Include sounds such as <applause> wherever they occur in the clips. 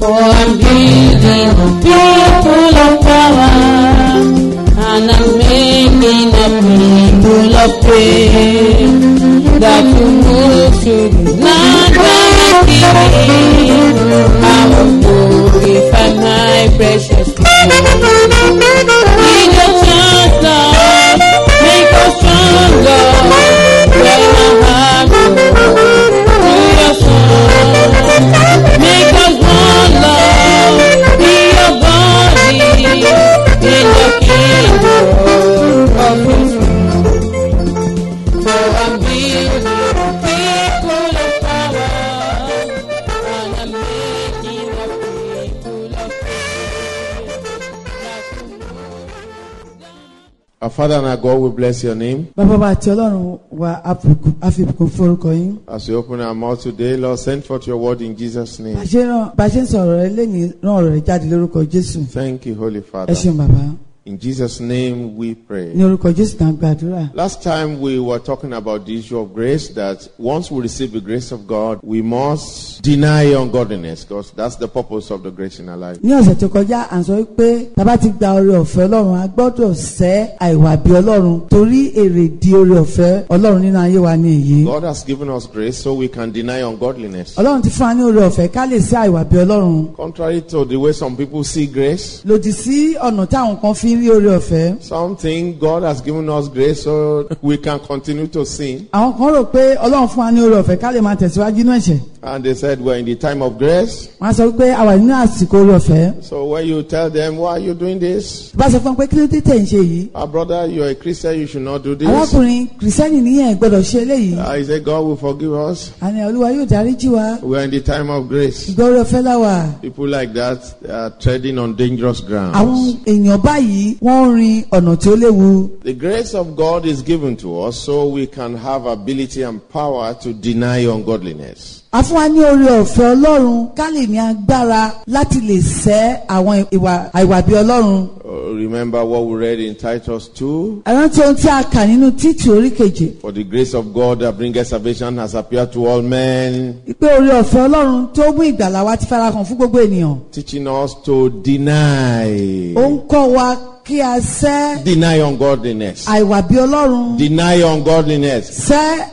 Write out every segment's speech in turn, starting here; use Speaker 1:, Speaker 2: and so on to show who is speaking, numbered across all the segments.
Speaker 1: I'm building a people of power, and I'm making a people of faith that will move to another king. I will glorify my precious Lord. Give us chance, Lord. Make us stronger. When our heart goes through your song. Make us one love, be your body in the kingdom of his For I'm building people of power, and I'm making a people of
Speaker 2: Our Father and our God, we bless your name.
Speaker 3: bàbá wa àti ọlọ́run wa àfikún forúkọ yín.
Speaker 2: As we open our mouth today, Lord, send forth your word in Jesus' name.
Speaker 3: bàṣẹ ràn bàṣẹ sọ̀rọ̀ rẹ lẹ́yìn ràn ọ̀rọ̀ rẹ jáde lórúkọ jésù.
Speaker 2: Thank you, Holy Father.
Speaker 3: ẹ ṣeun bàbá
Speaker 2: In Jesus' name we
Speaker 3: ní
Speaker 2: pray.
Speaker 3: orúkọ jésù náà gbàdúrà.
Speaker 2: Last time we were talking about the issue of grace that once we receive the grace of God, we must deny ungodliness because that's the purpose of the grace in our life.
Speaker 3: ní ọ̀sẹ̀ tó kọjá à ń sọ wípé bàbá ti gba oore ọ̀fẹ́ ọlọ́run a gbọ́dọ̀ sẹ́ àìwà bí ọlọ́run torí èrè di oore ọ̀fẹ́ ọlọ́run nínú ayé wa ni èyí.
Speaker 2: God has given us grace so we can deny ungodliness.
Speaker 3: ọlọ́run ti fún wa ní oore ọ̀fẹ́ ká lè sẹ́ àìwà bí ọlọ́run.
Speaker 2: Contrary to the way some people see grace,
Speaker 3: lòdì sí ọ̀nà táwọn kan fi ń rí oore ọ̀fẹ́.
Speaker 2: some think God has given us grace so we can continue to sin.
Speaker 3: àwọn kan rò pé ọlọ́run fún wa ní oore ọ̀fẹ́ ká lè máa tẹ̀síwájú nínú ẹ̀ṣẹ̀.
Speaker 2: And they said, We're in the time of grace.
Speaker 3: wọ́n á sọ pé àwa nínú àsìkò oore ọ̀fẹ́.
Speaker 2: So when you tell them, Why are you doing this?
Speaker 3: bá a sọ fún wọn pé kí ló dé tẹ̀ ń ṣe yìí.
Speaker 2: Our brother, you're a Christian, you should not do this.
Speaker 3: arákùnrin kìrìsẹ́nì níyẹn gbọ́dọ̀ ṣe eléyìí.
Speaker 2: I say, God will forgive us.
Speaker 3: àní olúwa yóò dáríjì wa.
Speaker 2: We're in the time of grace.
Speaker 3: ìgbà oore ọ̀fẹ́ láwà.
Speaker 2: People like that are treading on dangerous
Speaker 3: àwọn
Speaker 2: grounds.
Speaker 3: èèyàn báyìí wọ́n ń rin ọ̀nà tí ó léwu.
Speaker 2: The grace of God is given to us so we can have ability and power to deny ungodliness.
Speaker 3: a fún wa ní oore ọ̀fẹ́ ọlọ́run ká lè ní agbára láti lè sẹ́ àwọn ìwà àìwàbí ọlọ́run.
Speaker 2: Uh, remember what we read in Titus 2?
Speaker 3: ẹ rántí ohun tí a kà nínú títù orí keje.
Speaker 2: For the grace of God that bringeth salvation has appeared to all men,
Speaker 3: pé oore ọ̀fẹ́ ọlọ́run tó mú ìgbàlà wa ti farahàn fún gbogbo ènìyàn.
Speaker 2: teaching us to deny.
Speaker 3: ó ń kọ́ wa kí a sẹ́
Speaker 2: Deny ungodliness.
Speaker 3: àìwàbí ọlọ́run.
Speaker 2: Deny ungodliness.
Speaker 3: sẹ́
Speaker 2: Kí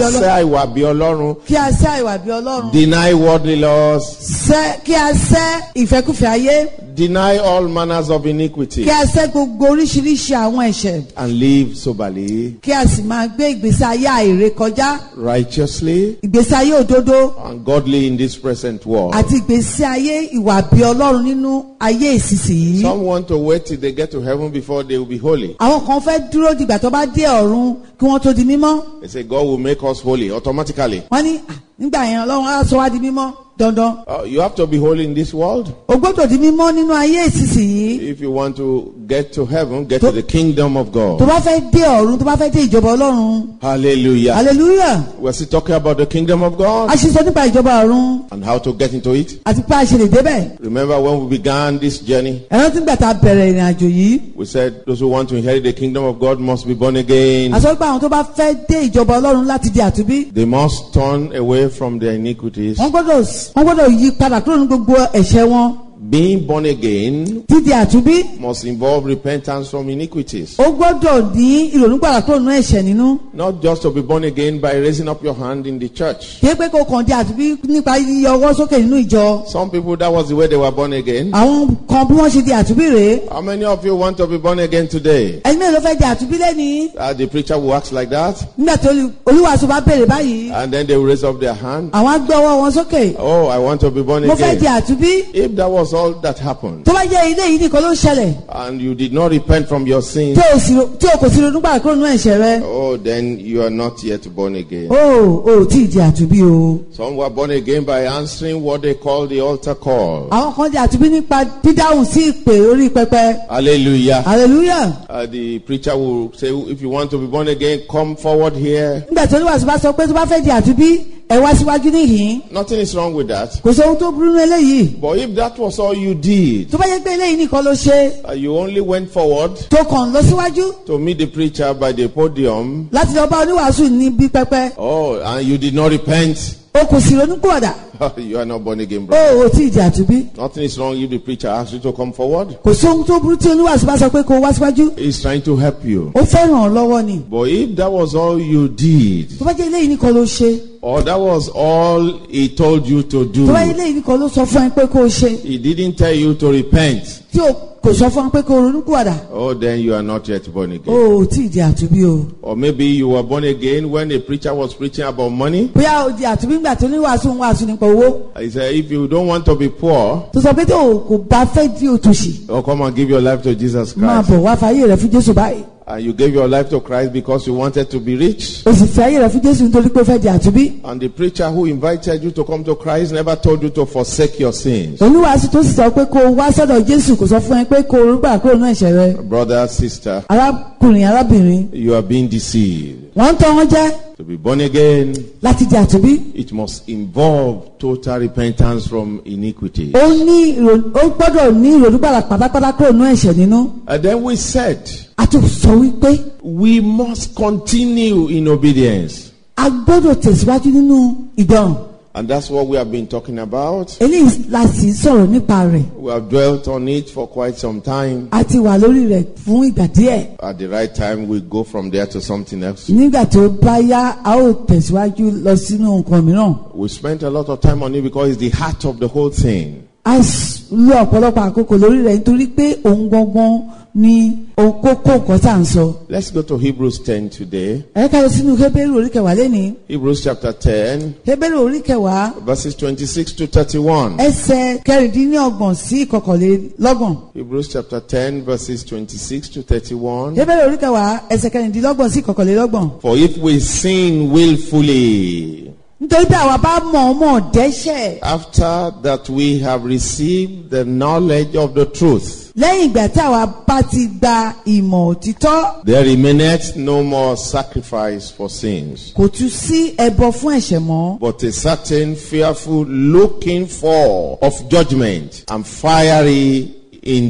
Speaker 2: a sẹ́
Speaker 3: ọlọ́run.
Speaker 2: àìwàbí Ọlọ́run.
Speaker 3: kí a sẹ́ àìwàbí ọlọ́run.
Speaker 2: Deny worldly laws.
Speaker 3: sẹ́ kí a sẹ́ ìfẹ́kùfẹ́ ayé.
Speaker 2: Deny all manners of iniquity.
Speaker 3: kí a sẹ́ gbogbo oríṣiríṣi àwọn ẹ̀ṣẹ̀.
Speaker 2: And live soberly,
Speaker 3: kí a sì máa gbé ìgbésí ayé àìrè kọjá
Speaker 2: righteously,
Speaker 3: ìgbésí ayé òdodo
Speaker 2: and godly in this present world.
Speaker 3: àti ìgbésí ayé ìwà bí ọlọ́run nínú ayé ìsinsìnyí.
Speaker 2: Some want to wait till they get to heaven before they will be holy.
Speaker 3: àwọn kan fẹ́ dúró dìgbà tó bá dé ọ̀run kí wọ́n tó di mímọ́.
Speaker 2: They say God will make us holy automatically.
Speaker 3: wọ́n ní "Ah, nígbà yẹn ọlọ́run á sọ wá di mímọ́ dandan.
Speaker 2: Uh, you have to be holy in this world
Speaker 3: o gbọ́dọ̀ di mímọ́ nínú ayé ìsinsìnyí.
Speaker 2: if you want to get to heaven, get to the kingdom of
Speaker 3: tó
Speaker 2: God.
Speaker 3: bá fẹ́ dé ọ̀run tó bá fẹ́ dé ìjọba ọlọ́run.
Speaker 2: Hallelujah.
Speaker 3: hallelujah.
Speaker 2: We're still talking about the kingdom of
Speaker 3: a
Speaker 2: God
Speaker 3: ṣe sọ nípa ìjọba ọ̀run
Speaker 2: and how to get into it.
Speaker 3: àti pé a ṣe lè débẹ̀.
Speaker 2: Remember when we began this journey,
Speaker 3: ẹ̀rọ tí ń gbà tá a bẹ̀rẹ̀ ìrìn àjò yìí.
Speaker 2: we said those who want to inherit the kingdom of God must be born again.
Speaker 3: àsọgbà àwọn tó bá fẹ́ dé ìjọba ọlọ́run láti di àtúbí.
Speaker 2: They must turn away from their iniquities.
Speaker 3: wọ́n gbọ́dọ̀ wọ́n gbọ́dọ̀ yí padà kúrò ní gbogbo ẹ̀ṣẹ̀ wọn
Speaker 2: Being born again
Speaker 3: dídì àtúbí
Speaker 2: must involve repentance from iniquities.
Speaker 3: ó gbọ́dọ̀ ní ìrònú padà kúrò ní ẹ̀ṣẹ̀ nínú
Speaker 2: Not just to be born again by raising up your hand in the church.
Speaker 3: kí é pé kó kàn di àtúbí nípa yíyọ ọwọ́ sókè nínú ìjọ
Speaker 2: Some people, that was the way they were born again.
Speaker 3: àwọn kan bí wọ́n ṣe di àtúbí rèé
Speaker 2: How many of you want to be born again today?
Speaker 3: ẹni mẹ́rin ló fẹ́ di àtúbí lẹ́ni
Speaker 2: Uh, the preacher will act like that,
Speaker 3: nígbà tó olú- olúwaṣọ bá bèrè báyìí
Speaker 2: and then they will raise up their hand.
Speaker 3: àwọn á gbé ọwọ́ wọn sókè
Speaker 2: Oh, I want to be born
Speaker 3: mo fẹ́ di
Speaker 2: again.
Speaker 3: àtúbí
Speaker 2: If that was all that happened,
Speaker 3: tó bá jẹ́ ilé yìí nìkan ló ń ṣẹlẹ̀
Speaker 2: and you did not repent from your sins,
Speaker 3: tí o sì ro- tí o kò sí ronú padà kúrò nínú ẹ̀ṣẹ̀ rẹ
Speaker 2: oh, then you are not yet born again.
Speaker 3: o ò tí ì di àtúbí o
Speaker 2: Some were born again by answering what they call the altar call.
Speaker 3: àwọn kan di àtúbí nípa dídáhùn sí ìpè orí pẹpẹ
Speaker 2: Hallelujah.
Speaker 3: hallelujah
Speaker 2: Uh, the preacher will say, if you want to be born again, come forward here.
Speaker 3: nígbà tó ní wàásù bá sọ pé tó bá fẹ́ di àtúbí ẹ wá síwájú níhìn
Speaker 2: Nothing is wrong with that.
Speaker 3: kò sí ohun tó burú nínú eléyìí
Speaker 2: But if that was all you did,
Speaker 3: tó bá yẹ pé eléyìí nìkan ló ṣe
Speaker 2: uh, you only went forward
Speaker 3: tó kàn lọ síwájú
Speaker 2: to meet the preacher by the podium,
Speaker 3: láti lọ bá oníwàásù níbi pẹpẹ
Speaker 2: oh, and you did not repent, <laughs>
Speaker 3: o kò sì ronú kúọ̀dà
Speaker 2: you are not born again,
Speaker 3: ó
Speaker 2: brother.
Speaker 3: ò tí ì jà àtúbí
Speaker 2: Nothing is wrong if the preacher asks you to come forward.
Speaker 3: kò sóhun tó burú tí oníwàásù bá sọ pé kó o wá síwájú
Speaker 2: He's trying to help you.
Speaker 3: ó fẹ́ràn ọ lọ́wọ́ ni
Speaker 2: But if that was all you did,
Speaker 3: tó bá jẹ́ eléyìí nìkan ló ṣe
Speaker 2: or that was all he told you to
Speaker 3: tó bá jẹ́
Speaker 2: do,
Speaker 3: eléyìí nìkan ló sọ fún ẹ pé kó o ṣe
Speaker 2: he didn't tell you to repent.
Speaker 3: tí o kò sọ fún ẹ pé kó o ronúkúwàdà
Speaker 2: Oh, then you are not yet born
Speaker 3: ó
Speaker 2: again.
Speaker 3: ò tí ì jà àtúbí o
Speaker 2: Or maybe you were born again when a preacher was preaching about money.
Speaker 3: bóyá o jà àtúbí ńgbà tó níwàásù ń wàásù nípa owó
Speaker 2: He said, if you don't want to be poor,
Speaker 3: tó sọ pé tó o kò bá fẹ́ di òtòṣì
Speaker 2: oh, come and give your life to Jesus
Speaker 3: máa
Speaker 2: Christ.
Speaker 3: bọ̀ wá fàyè rẹ fún jésù báyìí
Speaker 2: And you gave your life to Christ because you wanted to be rich.
Speaker 3: o sì fẹ́ ayé rẹ fún jésù nítorí pé o fẹ́ di àtúbí
Speaker 2: And the preacher who invited you to come to Christ never told you to forsake your sins.
Speaker 3: olúwàásù tó sì sọ pé kó o wá sọ́dọ̀ jésù kò sọ fún ẹ pé kó o rúgbà kúrò náà ẹ̀ṣẹ̀ rẹ
Speaker 2: Brother, sister,
Speaker 3: arákùnrin arábìnrin
Speaker 2: you are being deceived.
Speaker 3: wọ́n ń tọ́ wọn jẹ́
Speaker 2: To be born again,
Speaker 3: láti di àtúbí
Speaker 2: it must involve total repentance from iniquity.
Speaker 3: ó ní ìrò- ó gbọ́dọ̀ ní ìrònúgbàrà pátápátá kúrò náà ẹ̀ṣẹ̀ nínú
Speaker 2: And then we said,
Speaker 3: a tún sọ wípé
Speaker 2: we must continue in obedience.
Speaker 3: a gbọ́dọ̀ tẹ̀síwájú nínú ìdán
Speaker 2: And that's what we have been talking about.
Speaker 3: eléyìí la sì ń sọ̀rọ̀ nípa rẹ̀
Speaker 2: We have dwelt on it for quite some time.
Speaker 3: a ti wà lórí rẹ̀ fún ìgbà díẹ̀
Speaker 2: At the right time, we go from there to something else.
Speaker 3: nígbà tó bá yá a ó tẹ̀síwájú lọ sínú nǹkan mìíràn
Speaker 2: We spent a lot of time on it because it's the heart of the whole thing.
Speaker 3: a s- lo ọ̀pọ̀lọpọ̀ àkókò lórí rẹ̀ nítorí pé òun gangan ni òun kókó nǹkan tá à ń sọ
Speaker 2: Let's go to Hebrews 10 today.
Speaker 3: ẹ ká lọ sínú Hébérù orí kẹwàá lẹ́nìí
Speaker 2: Hebrews chapter 10,
Speaker 3: Hébérù orí kẹwàá
Speaker 2: verses 26 to 31.
Speaker 3: ẹsẹ̀ kẹrìndínlọ́gbọ̀n sí ìkọkànlélọ́gbọ̀n.
Speaker 2: Hebrews chapter 10, verses 26 to 31.
Speaker 3: Hébérù orí kẹwàá ẹsẹ̀ kẹrìndínlọ́gbọ̀n sí ìkọkànlélọ́gbọ̀n.
Speaker 2: For if we sin willfully,
Speaker 3: nítorí pé àwa bá mọ̀ ọ́ mọ̀ dẹ́ṣẹ̀
Speaker 2: after that we have received the knowledge of the truth,
Speaker 3: lẹ́yìn ìgbà tí àwa bá ti gba ìmọ̀ òtítọ́
Speaker 2: there remaineth no more sacrifice for sins,
Speaker 3: kò tún sí ẹbọ fún ẹ̀ṣẹ̀ mọ́.
Speaker 2: but a certain fearful looking for of judgment and fiery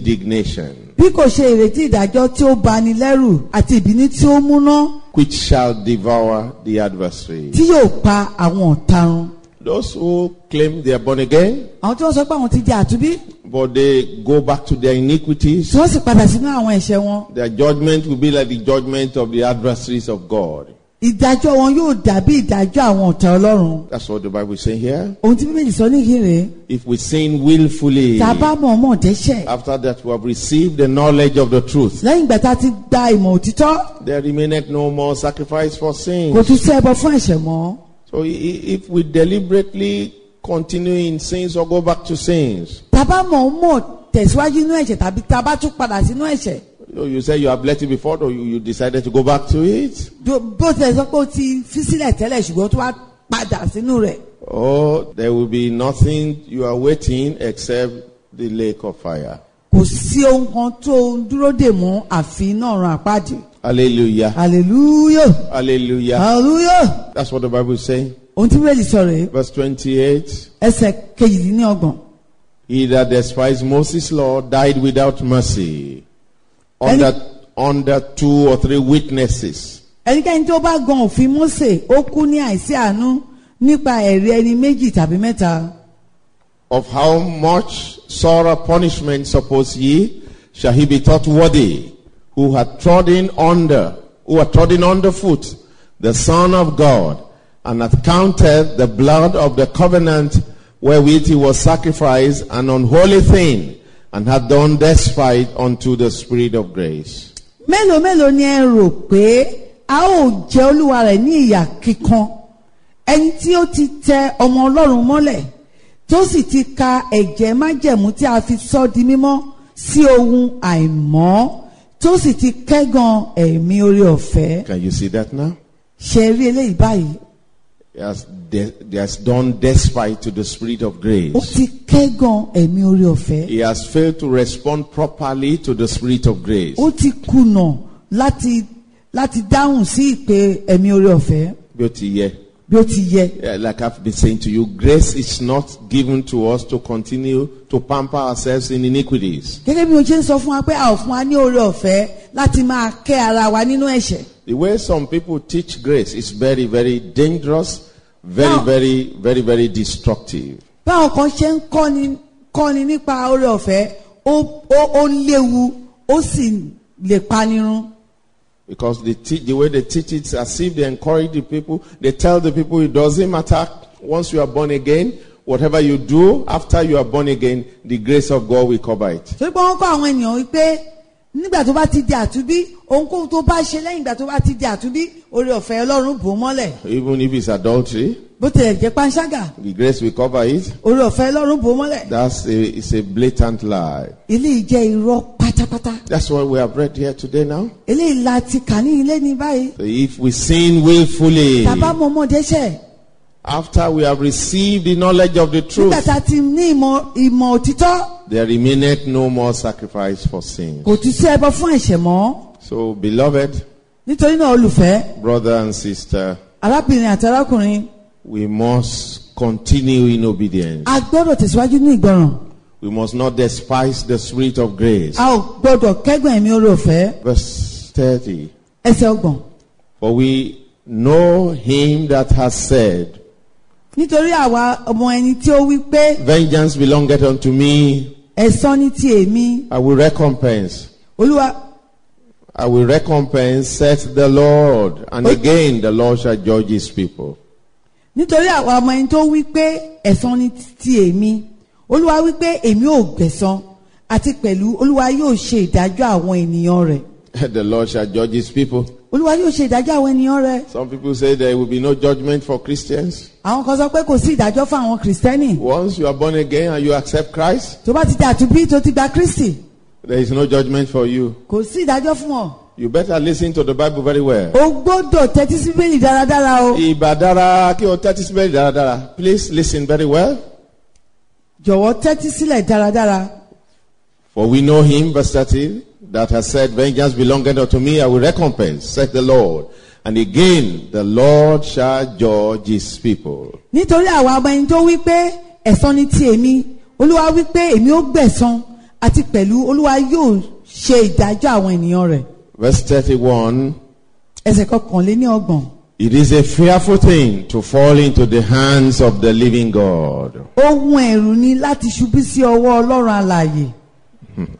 Speaker 2: indignation,
Speaker 3: bí kò ṣe ìrètí ìdájọ́ tí ó bani lẹ́rù àti ìbínú tí ó múná
Speaker 2: which shall devour the adversary.
Speaker 3: tí yóò pa àwọn ọ̀tarun.
Speaker 2: Those who claim they are born again,
Speaker 3: àwọn tí wọ́n sọ pé àwọn ti di àtúbí
Speaker 2: but they go back to their
Speaker 3: tí
Speaker 2: iniquities,
Speaker 3: wọ́n sì padà sínú àwọn ẹ̀ṣẹ̀ wọn.
Speaker 2: their judgment will be like the judgment of the adversaries of God.
Speaker 3: ìdájọ́ wọn yóò dàbí ìdájọ́ àwọn ọ̀tá Ọlọ́run.
Speaker 2: That's what the Bible is saying here.
Speaker 3: ohun tí bíbélì sọ níhìn rèé
Speaker 2: If we sin willfully,
Speaker 3: tá a bá mọ̀ ọmọ dẹ́ṣẹ̀
Speaker 2: after that we have received the knowledge of the truth,
Speaker 3: lẹ́yìn ìgbà tá a ti gba ìmọ̀ òtítọ́
Speaker 2: there remaineth no more sacrifice for
Speaker 3: kò
Speaker 2: sin.
Speaker 3: tún sí ẹbọ fún ẹ̀ṣẹ̀ mọ́.
Speaker 2: So i- i- if we deliberately continue in sins or go back to sins,
Speaker 3: tá a bá mọ̀ ọmọ tẹ̀síwájú inú ẹ̀ṣẹ̀ tàbí tá a bá tún padà sínú ẹ̀ṣẹ̀
Speaker 2: you, know, you say you have let it before, or you, you decided to go back to it,
Speaker 3: do- bó tilẹ̀ sọ pé o ti fi sílẹ̀ tẹ́lẹ̀ ṣùgbọ́n tó wá padà sínú rẹ̀
Speaker 2: Oh, there will be nothing you are waiting except the lake of fire.
Speaker 3: kò sí ohun kan tó ń dúró dè mọ́ àfi náà ran àpáàdé. Ah.
Speaker 2: Hallelujah.
Speaker 3: hallelujah Ah.
Speaker 2: Hallelujah.
Speaker 3: hallelujah
Speaker 2: That's what the Bible is saying.
Speaker 3: ohun tí bíbélì sọ rèé
Speaker 2: Verse 28
Speaker 3: ẹsẹ̀ kejìdínlọ́gbọ̀n
Speaker 2: He that despised Moses' law died without mercy under, under two or three witnesses.
Speaker 3: ẹnikẹ́ni tó bá gan òfin Mósè ó kú ní àìsí àánú nípa ẹ̀rí ẹni méjì tàbí mẹ́ta
Speaker 2: Of how much sorrow punishment suppose ye shall he be thought worthy, who had trodden under, who had trodden underfoot the Son of God, and hath counted the blood of the covenant wherewith he was sacrificed an unholy thing, and hath done despite unto the Spirit of grace.
Speaker 3: mélòó mélòó ni ẹ rò pé a ó jẹ olúwa rẹ̀ ní ìyà kíkan ẹni tí ó ti tẹ ọmọ Ọlọ́run mọ́lẹ̀ tó sì ti ka ẹ̀jẹ̀ májẹ̀mú tí a fi sọ di mímọ́ sí ohun àìmọ́ tó sì ti kẹ́gàn ẹ̀mí oore ọ̀fẹ́
Speaker 2: Can you see that now?
Speaker 3: ṣe rí eléyìí báyìí
Speaker 2: He has, de- he has done despite to the Spirit of
Speaker 3: ó
Speaker 2: grace.
Speaker 3: ti kẹ́gàn ẹ̀mí oore ọ̀fẹ́.
Speaker 2: He has failed to respond properly to the Spirit of grace.
Speaker 3: ó ti kùnà láti láti dáhùn sí ìpè ẹ̀mí oore ọ̀fẹ́
Speaker 2: Go to here.
Speaker 3: bí ó ti yẹ.
Speaker 2: Yeah, eh, like I've been saying to you, grace is not given to us to continue to pamper ourselves in iniquities.
Speaker 3: gẹ́gẹ́ bí mo ṣe ń sọ fún wa pé a ò fún wa ní oore ọ̀fẹ́ láti máa kẹ́ ara wa nínú ẹ̀ṣẹ̀.
Speaker 2: The way some people teach grace is very, very dangerous, Very,
Speaker 3: Now-
Speaker 2: very, very, very destructive.
Speaker 3: báwọn kan ṣe ń kọ́ni kọ́ni nípa oore ọ̀fẹ́ ó ó- ó léwu ó sì lè panirun.
Speaker 2: Because they teach, the way they teach it, as if they encourage the people, they tell the people it doesn't matter once you are born again, whatever you do after you are born again, the grace of God will cover it.
Speaker 3: torí pé wọ́n kọ́ àwọn ènìyàn wípé nígbà tó bá ti di àtúbí ohunkóhun tó bá ṣe lẹ́yìn ìgbà tó bá ti di àtúbí oore ọ̀fẹ́ ọlọ́run bò ó mọ́lẹ̀
Speaker 2: Even if it's adultery,
Speaker 3: bó tilẹ̀ jẹ́ panṣágà
Speaker 2: the grace will cover it.
Speaker 3: oore ọ̀fẹ́ ọlọ́run bò ó mọ́lẹ̀
Speaker 2: That's a, it's a blatant lie.
Speaker 3: eléyìí jẹ́ irọ́ pátápátá
Speaker 2: That's what we have read here today now.
Speaker 3: eléyìí la ti kà ní ilé ní báyìí
Speaker 2: If we sin willfully,
Speaker 3: tàbá mọ ọmọdé ṣẹ̀
Speaker 2: after we have received the knowledge of the
Speaker 3: nígbà
Speaker 2: truth,
Speaker 3: tá a ti ní ìmọ̀ ìmọ̀ òtítọ́
Speaker 2: there remaineth no more sacrifice for sin.
Speaker 3: kò tún sí ẹbọ fún ẹ̀ṣẹ̀ mọ́.
Speaker 2: So, beloved
Speaker 3: nítorí náà olùfẹ́
Speaker 2: brother and sister,
Speaker 3: arábìnrin àti arákùnrin
Speaker 2: we must continue in obedience.
Speaker 3: a gbọ́dọ̀ tẹ̀síwájú ní ìgbọràn
Speaker 2: We must not despise the spirit of grace.
Speaker 3: a ò gbọ́dọ̀ kẹ́gbọ̀n ẹ̀mí oore ọ̀fẹ́
Speaker 2: Verse 30.
Speaker 3: ẹsẹ̀ ọgbọ̀n
Speaker 2: For we know him that has said,
Speaker 3: nítorí àwa ọmọ ẹni tí ó wí pé
Speaker 2: Vengeance belongeth unto me,
Speaker 3: ẹ̀san ni ti èmi
Speaker 2: I will recompense.
Speaker 3: olúwa
Speaker 2: I will recompense, saith the Lord, and again the Lord shall judge his people. <laughs>
Speaker 3: nítorí àwa ọmọ ẹni tó wí pé ẹ̀san ni ti èmi olúwa wí pé èmi ò gbẹ̀san àti pẹ̀lú olúwa yóò ṣe ìdájọ́ àwọn ènìyàn rẹ̀
Speaker 2: the Lord shall judge his people.
Speaker 3: olúwa yóò ṣe ìdájọ́ àwọn ènìyàn rẹ̀
Speaker 2: Some people say there will be no judgment for Christians.
Speaker 3: àwọn kan sọ pé kò sí ìdájọ́ fún àwọn kìrìsìtẹ́nì
Speaker 2: Once you are born again and you accept Christ,
Speaker 3: tó bá ti dà tún bí tó ti gba kristi
Speaker 2: there is no judgment for you.
Speaker 3: kò sí ìdájọ́ fún ọ.
Speaker 2: You better listen to the Bible very well.
Speaker 3: o gbọ́dọ̀ tẹ́tí sí bíbélì dáradára o.
Speaker 2: Ibadara, kí o tẹ́tí sí bẹ́ẹ̀ dáradára. Please listen very well.
Speaker 3: jọ̀wọ́ tẹ́tí sílẹ̀ dáradára.
Speaker 2: For we know him, verse 30, that has said, Vengeance belongeth unto me, I will recompense, saith the Lord. And again, the Lord shall judge his people.
Speaker 3: nítorí àwa ọmọ ẹni tó wí pé ẹ̀san ni ti èmi olúwa wí pé èmi ó gbẹ̀san àti pẹ̀lú olúwa yóò ṣe ìdájọ́ àwọn ènìyàn rẹ̀.
Speaker 2: Verse 31,
Speaker 3: ẹsẹ̀ kọkànléní ọgbọ̀n.
Speaker 2: it is a fearful thing to fall into the hands of the living God.
Speaker 3: ohun ẹ̀rù ni láti ṣubú sí ọwọ́ ọlọ́run alààyè.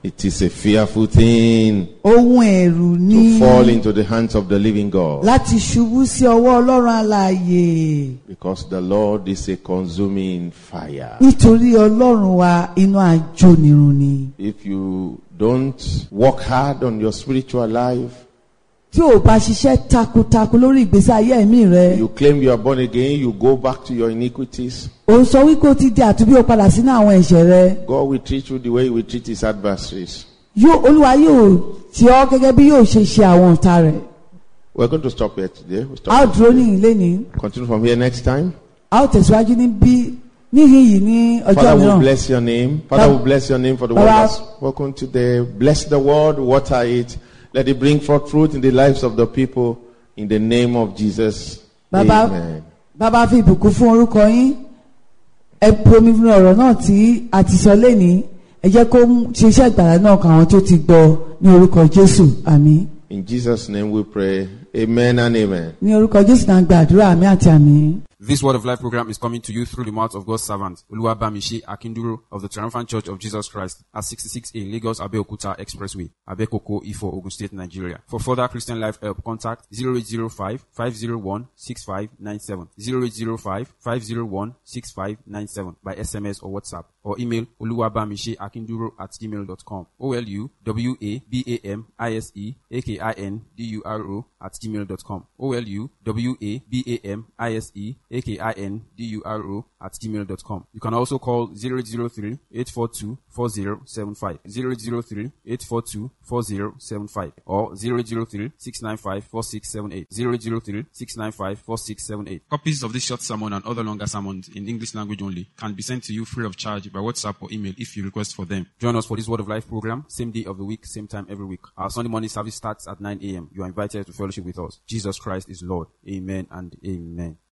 Speaker 2: It is a fearful thing
Speaker 3: ohun ẹ̀rù
Speaker 2: to
Speaker 3: ni
Speaker 2: fall into the hands of the living God.
Speaker 3: láti ṣubú sí ọwọ́ ọlọ́run alààyè.
Speaker 2: Because the Lord is a consuming fire.
Speaker 3: nítorí ọlọ́run wa inú ajónirun ni.
Speaker 2: If you don't work hard on your spiritual life,
Speaker 3: tí o bá ṣiṣẹ́ takuntakun lórí ìgbésí ayé ẹ̀mí rẹ
Speaker 2: You claim you are born again, you go back to your iniquities.
Speaker 3: o sọ wípé o ti di àtúbí o padà sínú àwọn ẹ̀ṣẹ̀ rẹ
Speaker 2: God will treat you the way He will treat His adversaries.
Speaker 3: yóò olúwa yóò tì ọ́ gẹ́gẹ́ bí yóò ṣe ṣe àwọn ọ̀tá rẹ̀
Speaker 2: We're going to stop here today. We'll
Speaker 3: a ó
Speaker 2: stop.
Speaker 3: dúró níyìn lẹ́nìí
Speaker 2: Continue from here next time.
Speaker 3: a ó tẹ̀síwájú níbí níhìn yìí ní ọjọ́
Speaker 2: Father, we
Speaker 3: mìíràn
Speaker 2: bless your name. Father, we bless your name for the word
Speaker 3: Baba.
Speaker 2: that's spoken today. Bless the word, water it. Let it bring forth fruit in the lives of the people. In the name of Jesus.
Speaker 3: bàbá
Speaker 2: Amen.
Speaker 3: bàbá fi ìbùkún fún orúkọ yín ẹ bomi fún ọ̀rọ̀ náà tí a ti sọ lẹ́nìí ẹ jẹ́ kó mú- ṣe iṣẹ́ ìgbàlá náà kan àwọn tó ti gbọ́ ní orúkọ jésù àmín
Speaker 2: In Jesus' name we pray. Amen and amen.
Speaker 3: ní orúkọ jésù náà gbàdúrà àmín àti àmín.
Speaker 4: This Word of Life program is coming to you through the mouth of God's servant, Oluwabamishi Akinduro of the Triumphant Church of Jesus Christ at 66A Lagos Abeokuta Expressway, Abekoko, Ifo, Ogun State, Nigeria. For further Christian Life Help, contact 0805-501-6597, 0805-501-6597 by SMS or WhatsApp or email oluwabamisheakinduro at gmail.com, E O-L-U-W-A-B-A-M-I-S-E-A-K-I-N-D-U-R-O at gmail.com, E O-L-U-W-A-B-A-M-I-S-E-A-K-I-N-D-U-R-O at gmail.com. You can also call 003-842-4075, 003-842-4075 or 003-695-4678, 003-695-4678. Copies of this short sermon and other longer sermons in English language only can be sent to you free of charge by WhatsApp or email if you request for them. Join us for this Word of Life program, same day of the week, same time every week. Our Sunday morning service starts at 9 a.m. You are invited to fellowship with us. Jesus Christ is Lord. Amen and amen.